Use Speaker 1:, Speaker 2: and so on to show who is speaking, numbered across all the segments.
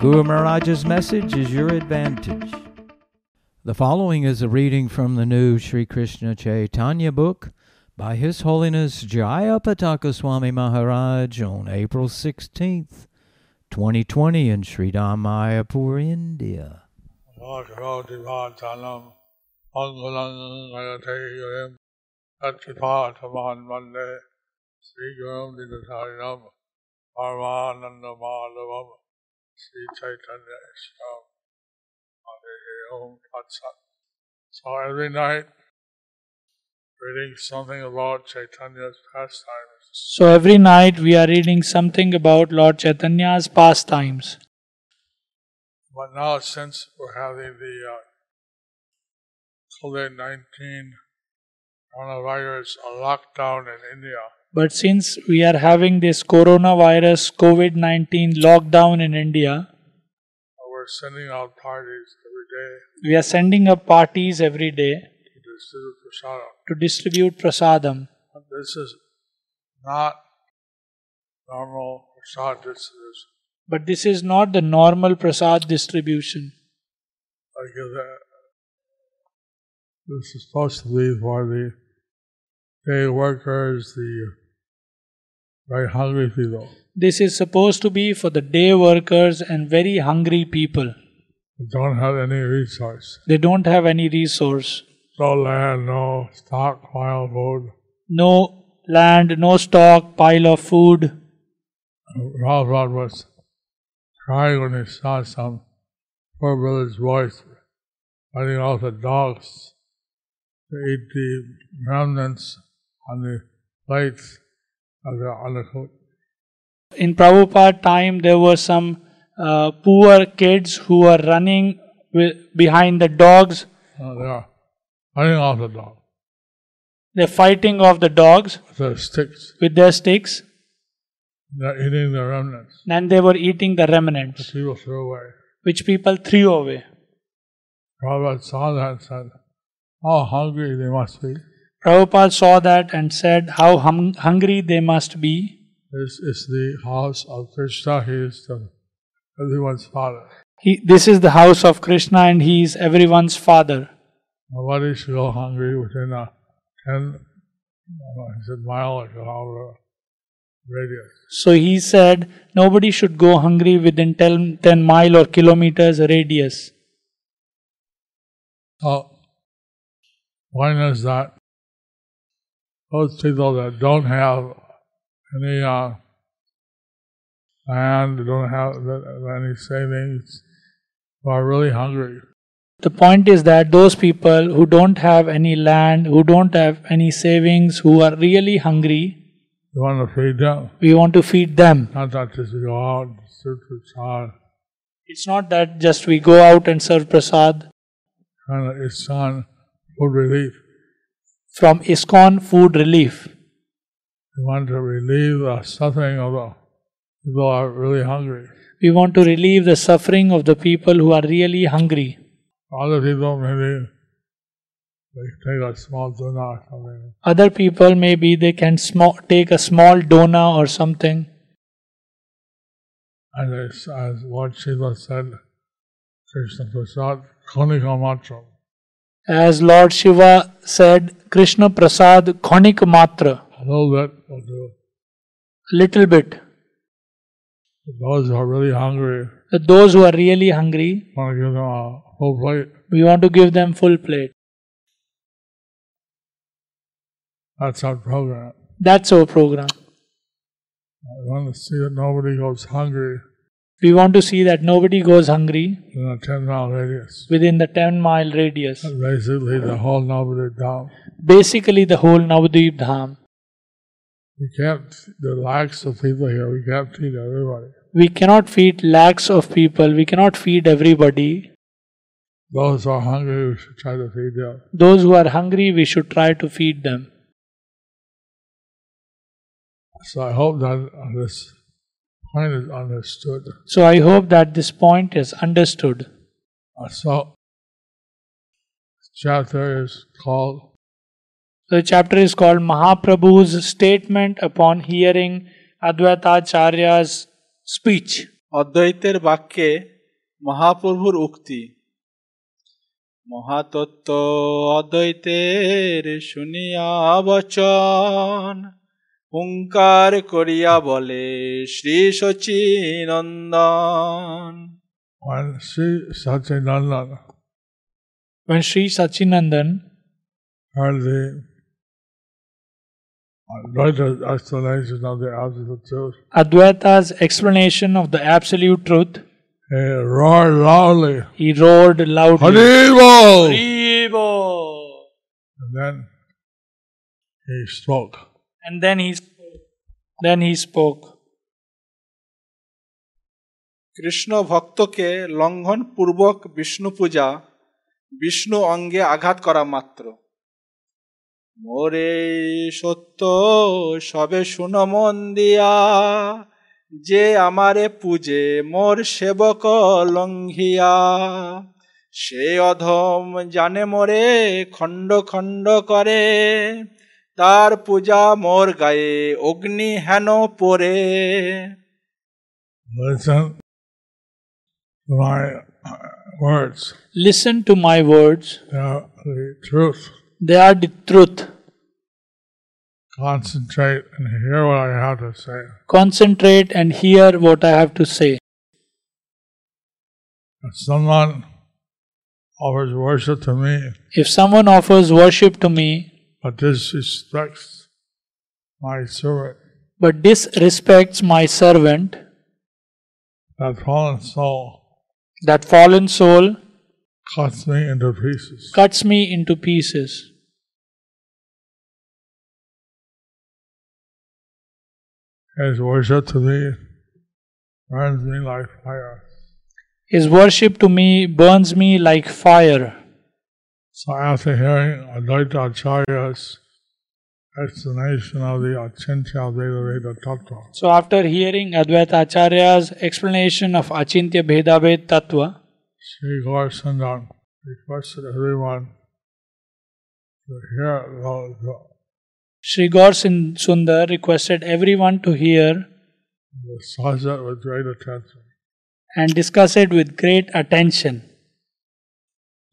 Speaker 1: Guru Maharaj's message is your advantage. The following is a reading from the new Sri Krishna Chaitanya book by His Holiness Jaya Pataka Swami Maharaj on April 16th, 2020 in Sri Mayapur, India.
Speaker 2: Bhagavati Bhatanam Angulam Nayate Yoyam Satchipataman Mande Sri Gurum Dinatarinam Paramananda Madhavam Sri Chaitanya Isham Hare Om Tat Sat. So every night reading something about Chaitanya's pastimes.
Speaker 3: So every night we are reading something about Lord Chaitanya's pastimes.
Speaker 2: But now since we're having the uh, COVID-19 coronavirus lockdown in India, Uh,
Speaker 3: But since we are having this coronavirus COVID 19 lockdown in India,
Speaker 2: we're sending out parties every day
Speaker 3: we are sending up parties every day
Speaker 2: to distribute prasadam.
Speaker 3: to distribute prasadam.
Speaker 2: But This is not normal prasad distribution.
Speaker 3: But this is not the normal prasad distribution.
Speaker 2: Like that. This is supposed to be for the day workers, the very hungry people.
Speaker 3: This is supposed to be for the day workers and very hungry people.
Speaker 2: who Don't have any resource.
Speaker 3: They don't have any resource
Speaker 2: No land, no stockpile food,
Speaker 3: no land, no stock, pile of food.
Speaker 2: Prabhupada Uh, was crying when he saw some poor village boys running off the dogs to eat the remnants on the plates of the undercoat.
Speaker 3: In Prabhupada time, there were some uh, poor kids who were running wi- behind the dogs.
Speaker 2: Uh, they are running off the dog
Speaker 3: They're fighting off the dogs
Speaker 2: with their sticks.
Speaker 3: with their sticks,
Speaker 2: They're eating the remnants.
Speaker 3: and they were eating the
Speaker 2: The
Speaker 3: remnants,
Speaker 2: people threw away.
Speaker 3: which people threw away.
Speaker 2: Prabhupada saw that and said, How hungry they must be.
Speaker 3: Prabhupada saw that and said, How hum- hungry they must be.
Speaker 2: This is the house of Krishna. He is the, everyone's father.
Speaker 3: He, this is the house of Krishna, and he is everyone's father.
Speaker 2: Nobody should go hungry within a 10 uh, is it mile or kilometer radius.
Speaker 3: So he said, Nobody should go hungry within 10, 10 mile or kilometers radius.
Speaker 2: So, point is that those people that don't have any uh, land, they don't have th- any savings, who are really hungry.
Speaker 3: The point is that those people who don't have any land, who don't have any savings, who are really hungry,
Speaker 2: They want to feed them.
Speaker 3: we want to feed them.
Speaker 2: Not that just go out and search for child,
Speaker 3: It's not that just we go out and serve prasad
Speaker 2: trying to it's on food relief.
Speaker 3: from ISKCON food relief.
Speaker 2: We want to relieve the suffering of the people who are really hungry.
Speaker 3: We want to relieve the suffering of the people who are really hungry.
Speaker 2: Other people maybe they take a small donut or something.
Speaker 3: Other people maybe they can sma- take a small dona or something.
Speaker 2: And it's as what Shiva said, Krishna Prasad, Konika Matram.
Speaker 3: As Lord Shiva said, Krishna Prasad khonik matra,
Speaker 2: A little bit will do.
Speaker 3: little bit.
Speaker 2: Those who are really hungry,
Speaker 3: That those who are really hungry,
Speaker 2: want to give them a whole plate.
Speaker 3: we want to give them full plate.
Speaker 2: That's our program.
Speaker 3: That's our program.
Speaker 2: We want to see that nobody goes hungry
Speaker 3: We want to see that nobody goes hungry
Speaker 2: in a 10 mile radius.
Speaker 3: within the 10 mile radius.
Speaker 2: And basically, the whole nobody down.
Speaker 3: Basically, the whole Navadvip Dham.
Speaker 2: We can't, the lakhs of people here, we can't feed everybody.
Speaker 3: we cannot feed lakhs of people, we cannot feed everybody.
Speaker 2: Those who are hungry, we should try to feed them.
Speaker 3: Those who are hungry, we should try to feed them.
Speaker 2: So I hope that this point is understood.
Speaker 3: So I hope that this point is understood.
Speaker 2: Uh, So this chapter is called
Speaker 3: The chapter is called Mahaprabhu's statement upon hearing Advaitacharya's speech.
Speaker 4: অদ্বৈতের বাক্যে মহাপ্রভুর উক্তি মহাতত্ত্ব অদ্বৈতের শুনিয়া বচন হুঙ্কার করিয়া বলে Shri Sachinandan
Speaker 2: when Sri Satyananda
Speaker 3: When Sri Sachinandan
Speaker 2: heard the Advaita's explanation of the absolute truth,
Speaker 3: Advaita's explanation of the absolute truth,
Speaker 2: he roared loudly,
Speaker 3: he roared loudly.
Speaker 2: Hare Bol!
Speaker 3: Hari Bol!
Speaker 2: And then he spoke.
Speaker 3: And then he spoke. Then he spoke.
Speaker 4: Krishna ভক্তকে লঙ্ঘন পূর্বক বিষ্ণু পূজা বিষ্ণু অঙ্গে আঘাত করা মাত্র মোরে সত্য সবে শুন মন দিয়া যে আমারে পূজে মোর সেবক লঙ্ঘিয়া সে অধম জানে মোরে খণ্ড খণ্ড করে তার পূজা মোর গায়ে অগ্নি হেন পরে
Speaker 2: Listen to my uh, words.
Speaker 3: Listen to my words,
Speaker 2: They are the truth.
Speaker 3: they are the truth.
Speaker 2: Concentrate and hear what I have to say.
Speaker 3: Concentrate and hear what I have to say.
Speaker 2: If someone offers worship to me,
Speaker 3: If someone offers worship to me
Speaker 2: but disrespects my servant,
Speaker 3: but disrespects my servant,
Speaker 2: that fallen soul
Speaker 3: that fallen soul
Speaker 2: cuts me into pieces.
Speaker 3: cuts me into pieces.
Speaker 2: His worship to me burns me like fire.
Speaker 3: His worship to me burns me like fire.
Speaker 2: So after hearing Advaita Acharya's explanation of the Achintya Vedaveda Tattva,
Speaker 3: So, after hearing Advaita Acharya's explanation of Achintya Bhedabhed Tattva,
Speaker 2: Sri Gaur Sundar requested everyone to hear the, the,
Speaker 3: Sri Gaur Sin- Sundar requested everyone to hear
Speaker 2: the subject with great attention.
Speaker 3: and discuss it with great attention.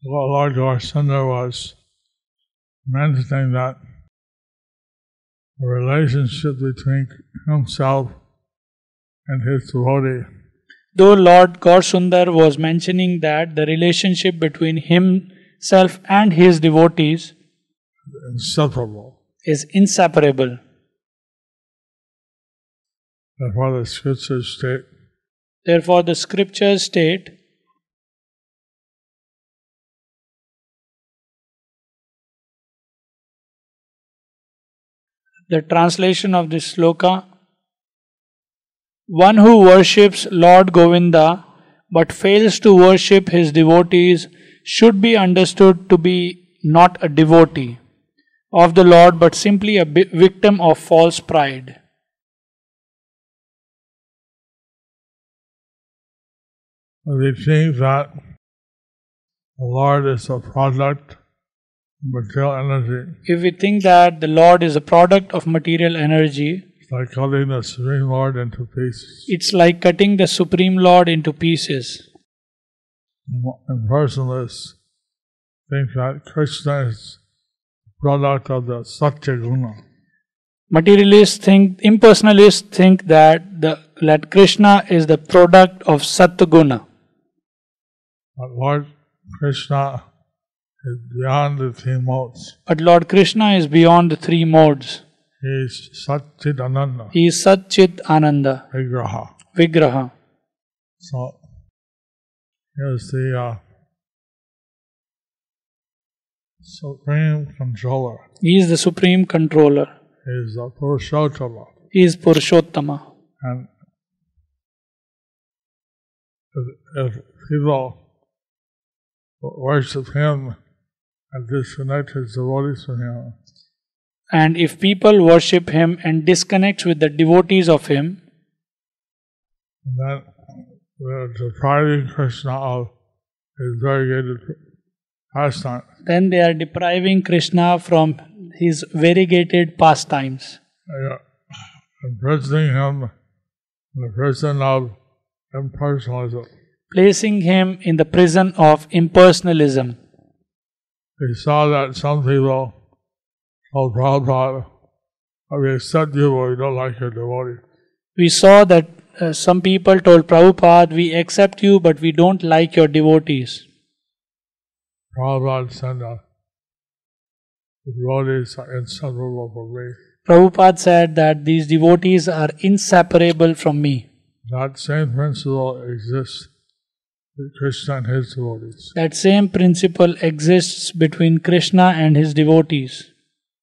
Speaker 2: Well, Lord Gaur Sundar was mentioning that the relationship between himself and his devotee
Speaker 3: Though Lord Gaur Sundar was mentioning that the relationship between himself and his devotees
Speaker 2: is inseparable.
Speaker 3: is inseparable.
Speaker 2: Therefore, the scriptures state
Speaker 3: Therefore, the scriptures state the translation of this sloka One who worships Lord Govinda but fails to worship his devotees should be understood to be not a devotee of the Lord but simply a bi- victim of false pride.
Speaker 2: they think that the Lord is a product of material energy.
Speaker 3: If we think that the Lord is a product of material energy,
Speaker 2: It's like cutting the Supreme Lord into pieces.
Speaker 3: it's like cutting the Supreme Lord into pieces.
Speaker 2: And personalists think that Krishna is a product of the Satya Guna.
Speaker 3: Materialists think, impersonalists think that the that Krishna is the product of Satguna,
Speaker 2: But Lord Krishna is beyond the three modes.
Speaker 3: but Lord Krishna is beyond the three modes.
Speaker 2: He is Satchidananda,
Speaker 3: He is Sat Chit Ananda
Speaker 2: Vigraha.
Speaker 3: Vigraha.
Speaker 2: So here's the uh, Supreme Controller.
Speaker 3: He is the supreme controller.
Speaker 2: He is the Purushottama.
Speaker 3: He is Purushottama,
Speaker 2: And if, if people worship him and disconnect his devotees from him,
Speaker 3: And if people worship him and disconnect with the devotees of him,
Speaker 2: then they're depriving Krishna of his very good pastime.
Speaker 3: then they are depriving Krishna from his variegated pastimes
Speaker 2: They are imprisoning him in the prison of impersonalism.
Speaker 3: placing him in the prison of impersonalism.
Speaker 2: He saw that some people told Prabhupada, "Oh, we accept you, but we don't like your devotee.
Speaker 3: We saw that uh, some people told Prabhupada, We accept you, but we don't like your devotees.
Speaker 2: Prabhupada said that the devotees are inseparable from me.
Speaker 3: Prabhupada said that these devotees are inseparable from me.
Speaker 2: That same principle exists with Krishna and his devotees.
Speaker 3: That same principle exists between Krishna and his devotees.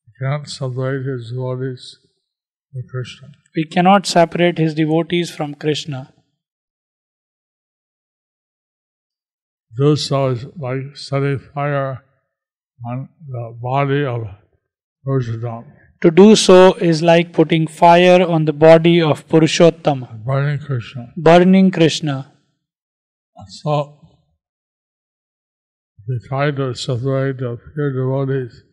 Speaker 2: You can't separate his devotees from Krishna.
Speaker 3: We cannot separate his devotees from Krishna.
Speaker 2: Do so is like setting fire on the body of Purushottam,
Speaker 3: To do so is like putting fire on the body of Purushottama,
Speaker 2: burning Krishna.
Speaker 3: burning Krishna.
Speaker 2: So, they try to separate the pure devotees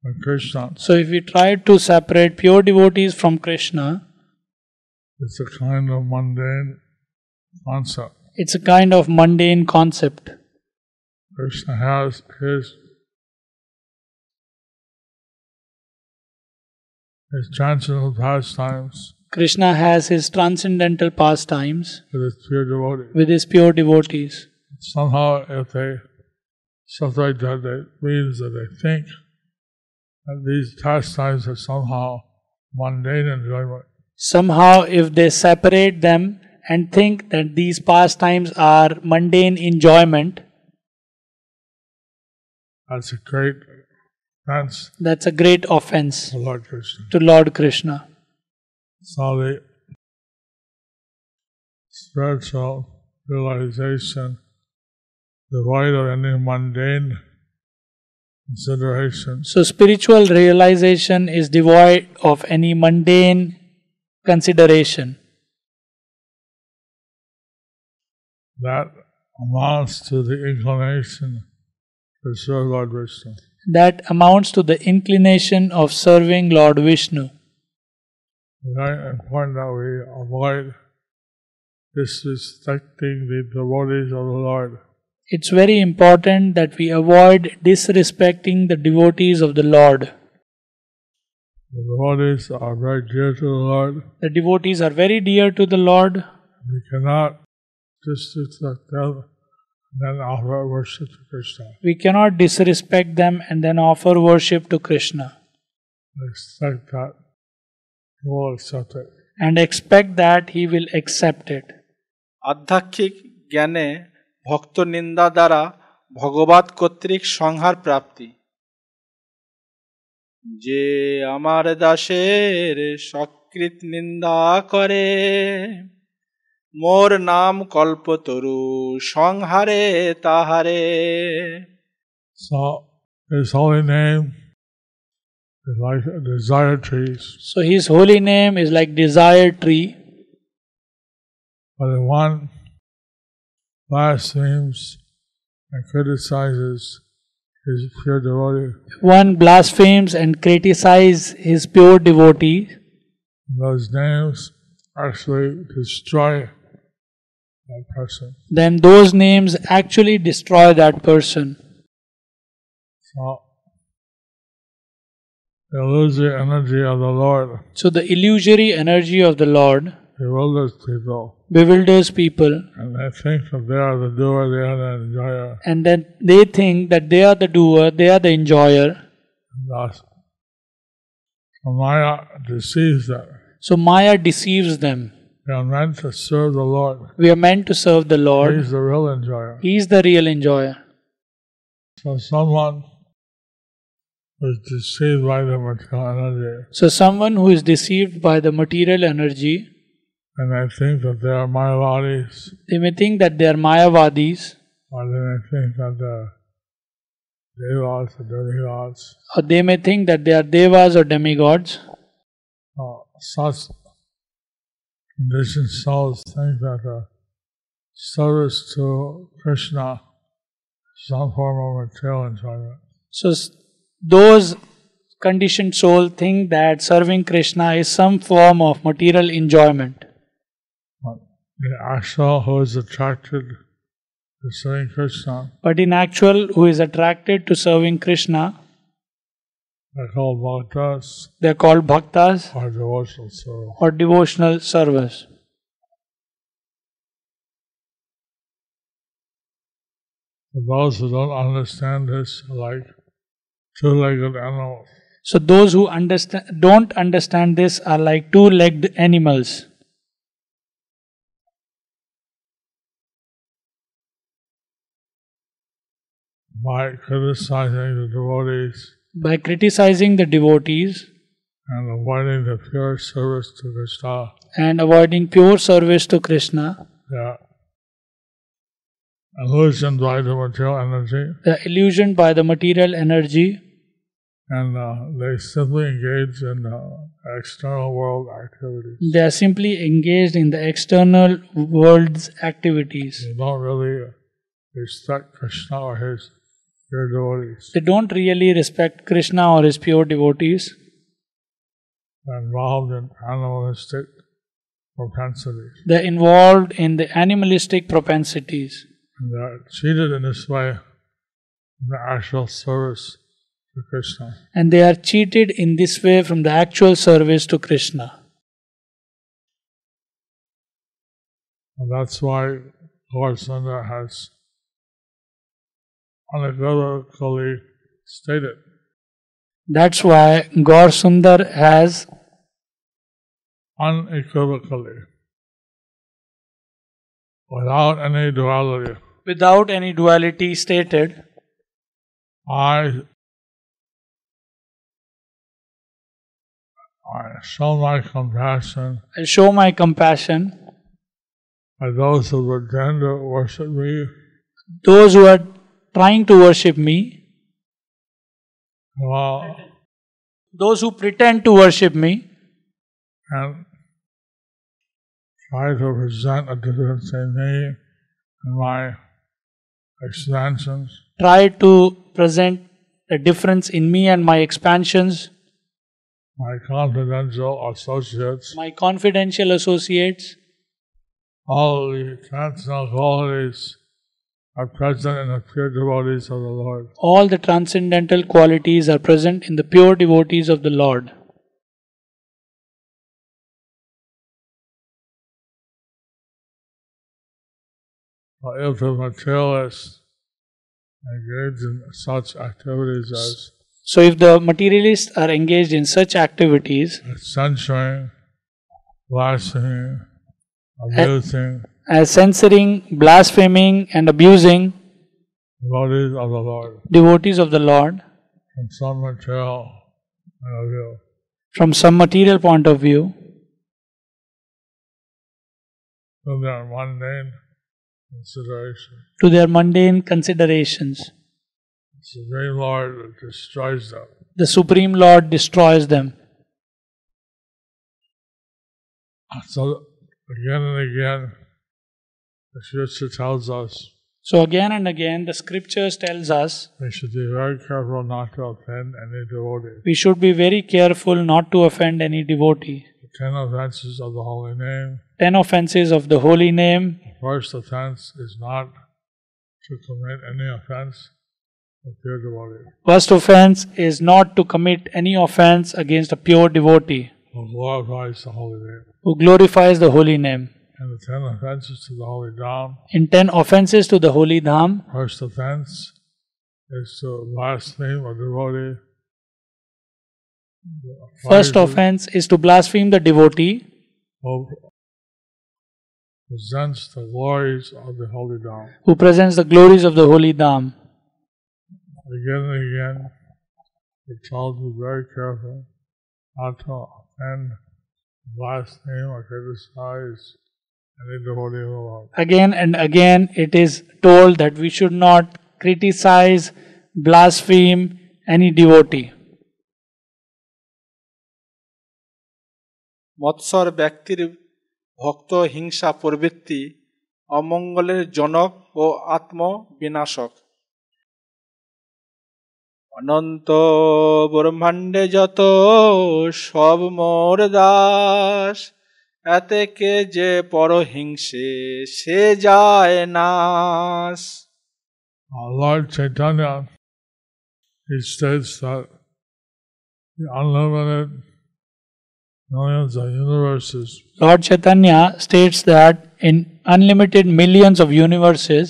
Speaker 2: from Krishna.
Speaker 3: So, if we try to separate pure devotees from Krishna,
Speaker 2: It's a kind of mundane concept.
Speaker 3: it's a kind of mundane concept.
Speaker 2: Krishna has his his transcendental pastimes
Speaker 3: Krishna has his transcendental pastimes
Speaker 2: with his pure devotees.
Speaker 3: with his pure devotees.
Speaker 2: somehow if they stuff like that that means that they think that these pastimes are somehow mundane enjoyment.
Speaker 3: Somehow, if they separate them and think that these pastimes are mundane enjoyment,
Speaker 2: That's a great offense
Speaker 3: that's a great offense
Speaker 2: to Lord Krishna.
Speaker 3: to Lord Krishna.
Speaker 2: So the spiritual realization devoid of any mundane considerations
Speaker 3: So, spiritual realization is devoid of any mundane consideration.
Speaker 2: that amounts to the inclination to serve Lord Krishna.
Speaker 3: That amounts to the inclination of serving Lord Vishnu.
Speaker 2: very important that we avoid disrespecting the devotees of the Lord.
Speaker 3: It's very important that we avoid disrespecting the devotees of the Lord.
Speaker 2: The devotees are very dear to the Lord.
Speaker 3: The devotees are very dear to the Lord.
Speaker 2: We cannot disrespect them and then offer worship to Krishna.
Speaker 3: We cannot disrespect them and then offer worship to Krishna
Speaker 2: We expect that we will accept it.
Speaker 3: and expect that he will accept it.
Speaker 4: আধ্যাত্মিক জ্ঞানে ভক্ত নিন্দা দ্বারা ভগবত কর্তৃক সংহার প্রাপ্তি যে আমার দাসের সকৃত নিন্দা করে মোর নাম কল্পতরু সংহারে তাহারে
Speaker 2: So, His holy name is like a desire trees.
Speaker 3: So his holy name is like desire tree,
Speaker 2: But if one blasphemes and criticizes his pure devotee,
Speaker 3: one blasphemes and criticizes his pure devotee.
Speaker 2: those names actually destroy that person.
Speaker 3: Then those names actually destroy that person.
Speaker 2: So they lose the energy of the Lord,
Speaker 3: So the illusory energy of the Lord
Speaker 2: bewilders people,
Speaker 3: bewilders people
Speaker 2: and they think that they are the doer, they are the enjoyer,
Speaker 3: and then they think that they are the doer, they are the enjoyer.
Speaker 2: and thus so Maya deceives them.
Speaker 3: So Maya deceives them.
Speaker 2: They are meant to serve the Lord.
Speaker 3: We are meant to serve the
Speaker 2: He
Speaker 3: Lord.
Speaker 2: is the real enjoyer.
Speaker 3: He is the real enjoyer.
Speaker 2: So someone who is deceived by the material energy
Speaker 3: So someone who is deceived by the material energy
Speaker 2: and I think that they are Mayavadis,
Speaker 3: They may think that they are Mayavadis,
Speaker 2: or then I think that they are Devas or demigods.
Speaker 3: or they may think that they are Devas or demigods.
Speaker 2: Uh, such conditioned souls think that uh, service to Krishna is some form of material enjoyment.
Speaker 3: So s- those conditioned soul think that serving Krishna is some form of material enjoyment.
Speaker 2: But the actual who is attracted to serving Krishna
Speaker 3: But in actual, who is attracted to serving Krishna,
Speaker 2: are called bhaktas
Speaker 3: they are called bhaktas
Speaker 2: or devotional service.
Speaker 3: or devotional servers.
Speaker 2: For those who don't understand this, are like two-legged animals.
Speaker 3: So those who understand don't understand this are like two-legged animals.
Speaker 2: By criticizing the devotees
Speaker 3: By criticizing the devotees
Speaker 2: and avoiding the pure service to Krishna,
Speaker 3: and avoiding pure service to Krishna,
Speaker 2: they are illusioned by the material energy
Speaker 3: they are illusioned by the material energy
Speaker 2: and uh, they simply engage in uh, external world activities.
Speaker 3: They are simply engaged in the external world's activities.
Speaker 2: They don't really respect Krishna or his pure devotees.
Speaker 3: They don't really respect Krishna or his pure devotees.
Speaker 2: They're involved in animalistic propensities.
Speaker 3: They are involved in the animalistic propensities
Speaker 2: and they are cheated in this way in the actual service to Krishna.
Speaker 3: and they are cheated in this way from the actual service to Krishna.
Speaker 2: And that's why Lord Sundar has unequivocally stated
Speaker 3: That's why Gaur Sundar has
Speaker 2: unequivocally without any duality
Speaker 3: without any duality stated
Speaker 2: I I show my compassion
Speaker 3: I show my compassion
Speaker 2: by those who pretend to worship me
Speaker 3: those who are trying to worship me
Speaker 2: while
Speaker 3: those who pretend to worship me
Speaker 2: and try to present a difference in me and my extensions
Speaker 3: try to present the difference in me and my expansions,
Speaker 2: my confidential associates,
Speaker 3: my confidential associates,
Speaker 2: all the transcendental qualities are present in the pure devotees of the Lord.
Speaker 3: all the transcendental qualities are present in the pure devotees of the Lord.
Speaker 2: But if the materialist engage in such activities as
Speaker 3: So, if the materialists are engaged in such activities
Speaker 2: censuring, blasphemy, abusing
Speaker 3: as censoring, blaspheming, and abusing
Speaker 2: the devotees of the Lord
Speaker 3: devotees of the Lord
Speaker 2: from some material point of view,
Speaker 3: from some material point of view,
Speaker 2: from their mundane consideration.
Speaker 3: to their mundane considerations,
Speaker 2: The Supreme Lord destroys them.
Speaker 3: the Supreme Lord destroys them.
Speaker 2: So again and again, the scripture tells us
Speaker 3: So, again and again, the scriptures tells us
Speaker 2: we should be very careful not to offend any devotee.
Speaker 3: we should be very careful not to offend any devotee.
Speaker 2: The ten offenses of the holy name.
Speaker 3: Ten offenses of the holy name.
Speaker 2: The first offense is not to commit any offense of pure devotee.
Speaker 3: First offense is not to commit any offense against a pure devotee
Speaker 2: who glorifies the holy name.
Speaker 3: who glorifies the holy name.
Speaker 2: And the ten offenses to the holy Dham.
Speaker 3: In ten offenses to the holy dham,
Speaker 2: First offense is to blaspheme a devotee.
Speaker 3: first
Speaker 2: Why is it-
Speaker 3: offense is to blaspheme the devotee
Speaker 2: who presents the glories of the holy Dham.
Speaker 3: who presents the glories of the holy dham.
Speaker 2: Again and again, it tells you very careful not to offend last name or criticize any devotee of the Lord.
Speaker 3: Again and again, it is told that we should not criticize, blaspheme any devotee.
Speaker 4: মৎসর ব্যক্তির ভক্ত হিংসা প্রবৃত্তি অমঙ্গলের জনক ও আত্মবিনাশক অনন্ত ব্রহ্মাণ্ডে যত সব মোর দাস এতে কে যে পরহিংসে সে যায় নাশ
Speaker 2: Our Lord Chaitanya, he states that the unlimited millions of universes
Speaker 3: Lord Chaitanya states that in unlimited millions of universes,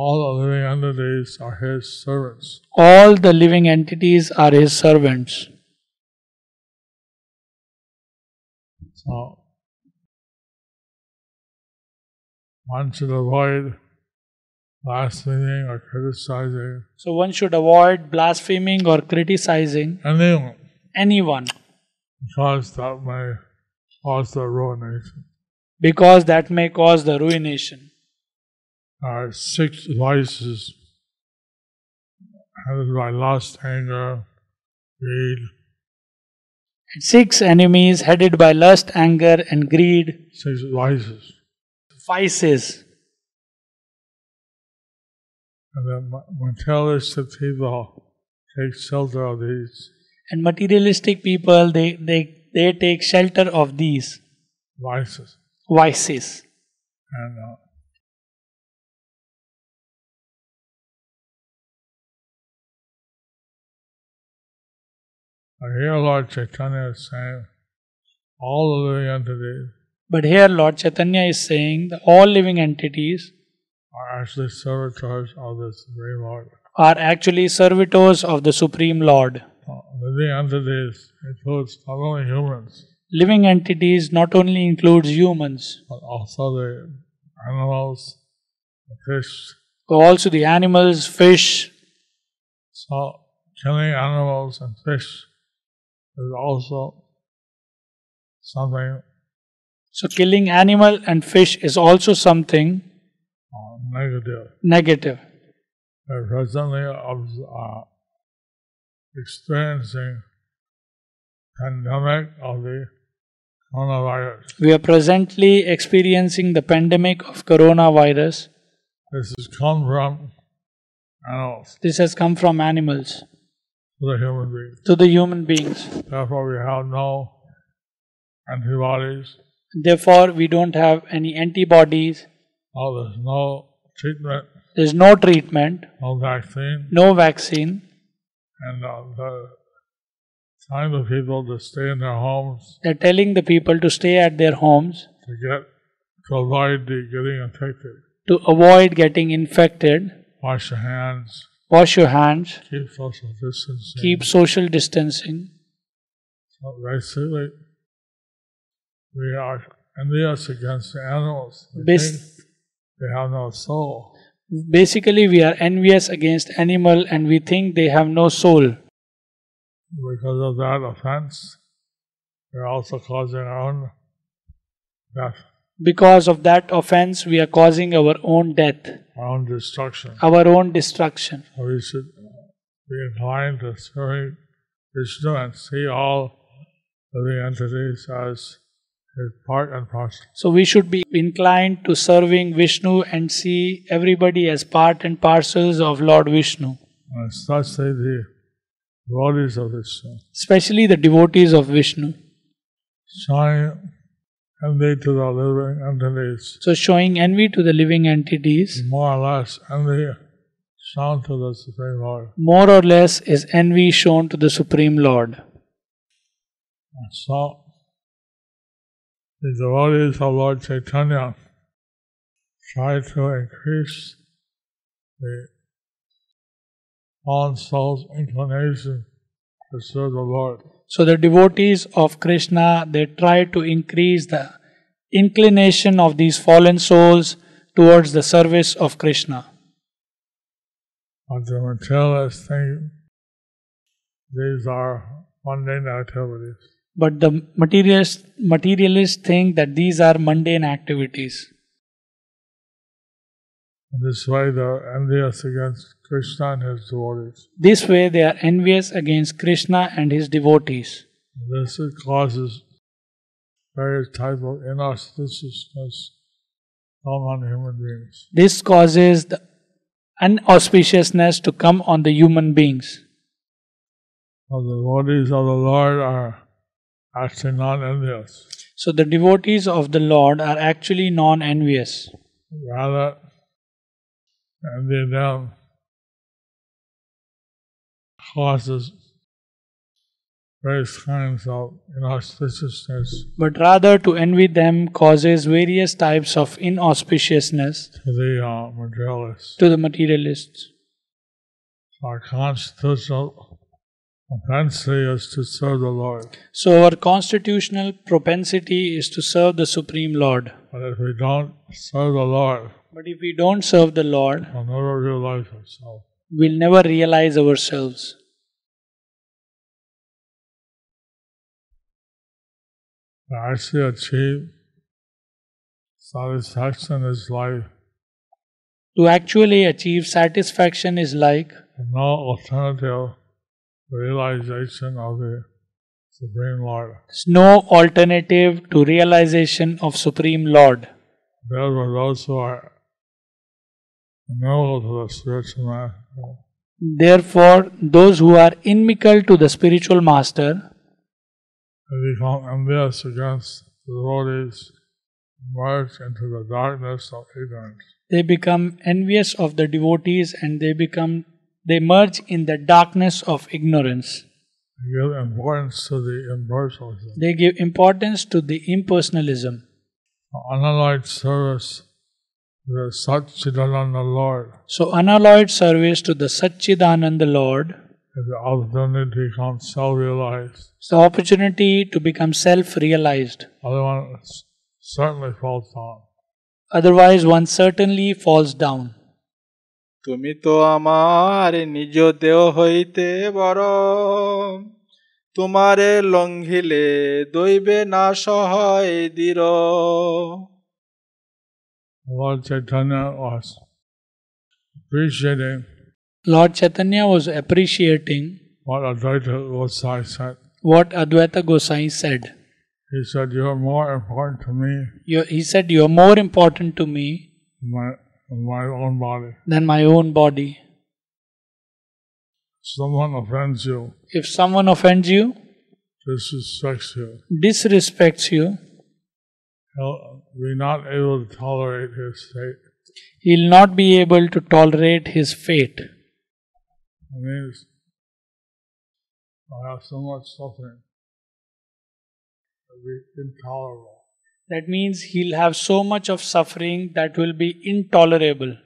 Speaker 2: All the living entities are his servants.
Speaker 3: all the living entities are his servants.
Speaker 2: So one should avoid blaspheming or criticizing
Speaker 3: So one should avoid blaspheming or criticizing
Speaker 2: anyone
Speaker 3: anyone
Speaker 2: because that may cause their ruination.
Speaker 3: because that may cause the ruination.
Speaker 2: There are Uh, six vices headed by lust, anger, greed,
Speaker 3: Six enemies headed by lust, anger, and greed,
Speaker 2: six vices.
Speaker 3: vices.
Speaker 2: And then ma- materialistic people take shelter of these
Speaker 3: And materialistic people, they, they, they take shelter of these
Speaker 2: vices.
Speaker 3: vices.
Speaker 2: and uh, I hear Lord Chaitanya is saying all the living entities
Speaker 3: But here Lord Chaitanya is saying that all living entities
Speaker 2: are actually servitors of the Supreme Lord.
Speaker 3: are actually servitors of the Supreme Lord.
Speaker 2: Uh, living entities includes not only humans
Speaker 3: Living entities not only includes humans,
Speaker 2: but also the animals, the fish.
Speaker 3: but also the animals, fish.
Speaker 2: So killing animals and fish is also something
Speaker 3: So killing animal and fish is also something
Speaker 2: uh, negative.
Speaker 3: negative.
Speaker 2: They're presently obs- uh, experiencing pandemic of the coronavirus.
Speaker 3: We are presently experiencing the pandemic of coronavirus.
Speaker 2: This has come from animals
Speaker 3: This has come from animals
Speaker 2: to the human beings.
Speaker 3: to the human beings.
Speaker 2: Therefore, we have no antibodies.
Speaker 3: Therefore, we don't have any antibodies.
Speaker 2: No, there's no treatment,
Speaker 3: There's no treatment,
Speaker 2: no vaccine,
Speaker 3: no vaccine.
Speaker 2: and uh, the time of people to stay in their homes
Speaker 3: They're telling the people to stay at their homes
Speaker 2: to get to avoid the getting infected.
Speaker 3: to avoid getting infected.
Speaker 2: Wash your hands.
Speaker 3: Wash your hands.
Speaker 2: Keep social distancing.
Speaker 3: Keep social distancing.
Speaker 2: Well, basically, we are envious against the animals. We
Speaker 3: Bas-
Speaker 2: think they have no soul.
Speaker 3: Basically, we are envious against animal and we think they have no soul.
Speaker 2: Because of that offense, we're also causing our own death,
Speaker 3: Because of that offense, we are causing our own death,
Speaker 2: our own destruction.
Speaker 3: our own destruction.
Speaker 2: So we should be inclined to serve Vishnu and see all living entities as his part and parcel.
Speaker 3: So we should be inclined to serving Vishnu and see everybody as part and parcels of Lord Vishnu,
Speaker 2: And especially the devotees of Vishnu.
Speaker 3: especially the devotees of Vishnu.
Speaker 2: shine envy to the living entities,
Speaker 3: So showing envy to the living entities
Speaker 2: more or less envy shown to the Supreme Lord.
Speaker 3: more or less is envy shown to the Supreme Lord.
Speaker 2: And so, the devotees of Lord Chaitanya try to increase the fallen soul's inclination to serve the Lord.
Speaker 3: So the devotees of Krishna they try to increase the inclination of these fallen souls towards the service of Krishna.
Speaker 2: But the materialists think These are mundane activities.
Speaker 3: But the materialists, materialists think that these are mundane activities.
Speaker 2: In this way, they're envious against Krishna and his devotees.
Speaker 3: This way, they are envious against Krishna and his devotees.
Speaker 2: This causes various types of inauspiciousness among human beings.
Speaker 3: This causes the unauspiciousness to come on the human beings.
Speaker 2: So the devotees of the Lord are actually not envious.
Speaker 3: So the devotees of the Lord are actually non envious.
Speaker 2: Rather, envy them causes various kinds of inauspiciousness
Speaker 3: but rather to envy them causes various types of inauspiciousness
Speaker 2: to the uh, materialist.
Speaker 3: to the materialists.
Speaker 2: Our constitutional propensity is to serve the Lord.
Speaker 3: So, our constitutional propensity is to serve the Supreme Lord.
Speaker 2: But if we don't serve the Lord,
Speaker 3: But if we don't serve the Lord,
Speaker 2: we'll never realize ourselves.
Speaker 3: we'll never realize ourselves.
Speaker 2: To actually achieve satisfaction is life
Speaker 3: To actually achieve satisfaction is like
Speaker 2: and no alternative realization of the Supreme Lord.
Speaker 3: there's no alternative to realization of Supreme Lord.
Speaker 2: Therefore, those who are amenable to the spiritual master
Speaker 3: Therefore, those who are inimical to the spiritual master,
Speaker 2: and become envious against the devotees, merge into the darkness of ignorance.
Speaker 3: they become envious of the devotees and they become they merge in the darkness of ignorance.
Speaker 2: They give importance to the impersonalism.
Speaker 3: They give importance to the impersonalism.
Speaker 2: Unalloyed service to the Satchidananda Lord
Speaker 3: So unalloyed service to the Satchidananda Lord
Speaker 2: is the opportunity to become self realized.
Speaker 3: is the opportunity to become self-realized.
Speaker 2: Otherwise, certainly falls down.
Speaker 3: Otherwise one certainly falls down.
Speaker 4: তুমি তো আমার নিজ দেহ হইতে বড় তোমারে লঙ্ঘিলে দৈবে না সহায় দৃঢ়
Speaker 2: Lord Chaitanya was appreciating
Speaker 3: Lord Chaitanya was appreciating
Speaker 2: what Advaita Gosai said.
Speaker 3: what Advaita Gosai said.
Speaker 2: He said, You are more important to me
Speaker 3: You- he said, You are more important to me
Speaker 2: than my, than my own body.
Speaker 3: than my own body.
Speaker 2: Someone offends you,
Speaker 3: If someone offends you,
Speaker 2: disrespects you,
Speaker 3: disrespects you,
Speaker 2: he'll be not able to tolerate his state.
Speaker 3: he'll not be able to tolerate his fate.
Speaker 2: It means I have so much suffering. It'll be intolerable.
Speaker 3: That means he'll have so much of suffering that will be intolerable.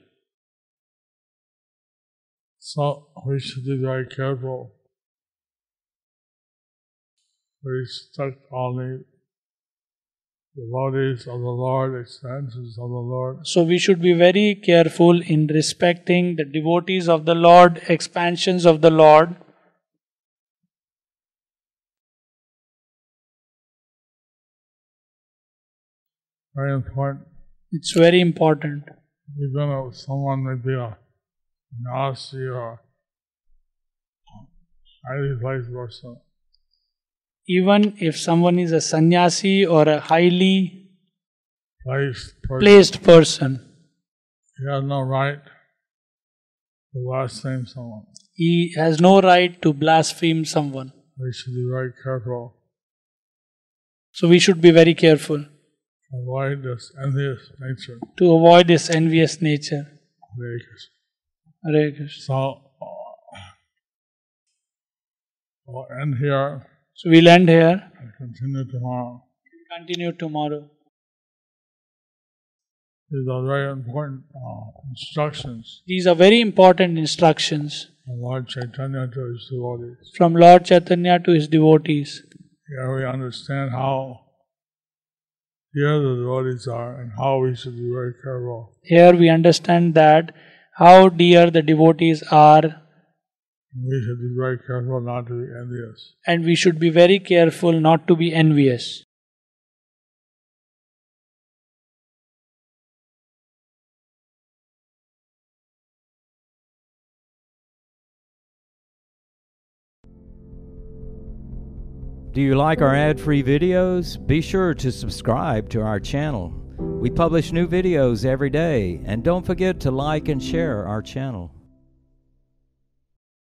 Speaker 2: So we should be very careful. We respect all the devotees of the Lord, extensions of the Lord.
Speaker 3: So we should be very careful in respecting the devotees of the Lord, expansions of the Lord.
Speaker 2: Very important.
Speaker 3: It's very important.
Speaker 2: Even if someone may be a nasty or highly placed person,
Speaker 3: Even if someone is a sannyasi or a highly
Speaker 2: placed person,
Speaker 3: placed person,
Speaker 2: he has no right to blaspheme someone.
Speaker 3: he has no right to blaspheme someone.
Speaker 2: We should be very careful
Speaker 3: So we should be very careful
Speaker 2: to avoid this envious nature.
Speaker 3: to avoid this envious nature.
Speaker 2: Because
Speaker 3: Hare Krishna.
Speaker 2: So, uh, we'll end here
Speaker 3: So we'll end here.
Speaker 2: and continue uh, tomorrow.
Speaker 3: Continue tomorrow.
Speaker 2: These are very important uh, instructions
Speaker 3: These are very important instructions
Speaker 2: from Lord Chaitanya to his devotees.
Speaker 3: from Lord Chaitanya to his devotees.
Speaker 2: Here we understand how dear the devotees are and how we should be very careful
Speaker 3: Here we understand that how dear the devotees are
Speaker 2: We should be very careful not to be envious.
Speaker 3: and we should be very careful not to be envious.
Speaker 1: Do you like our ad free videos? Be sure to subscribe to our channel. We publish new videos every day, and don't forget to like and share our channel.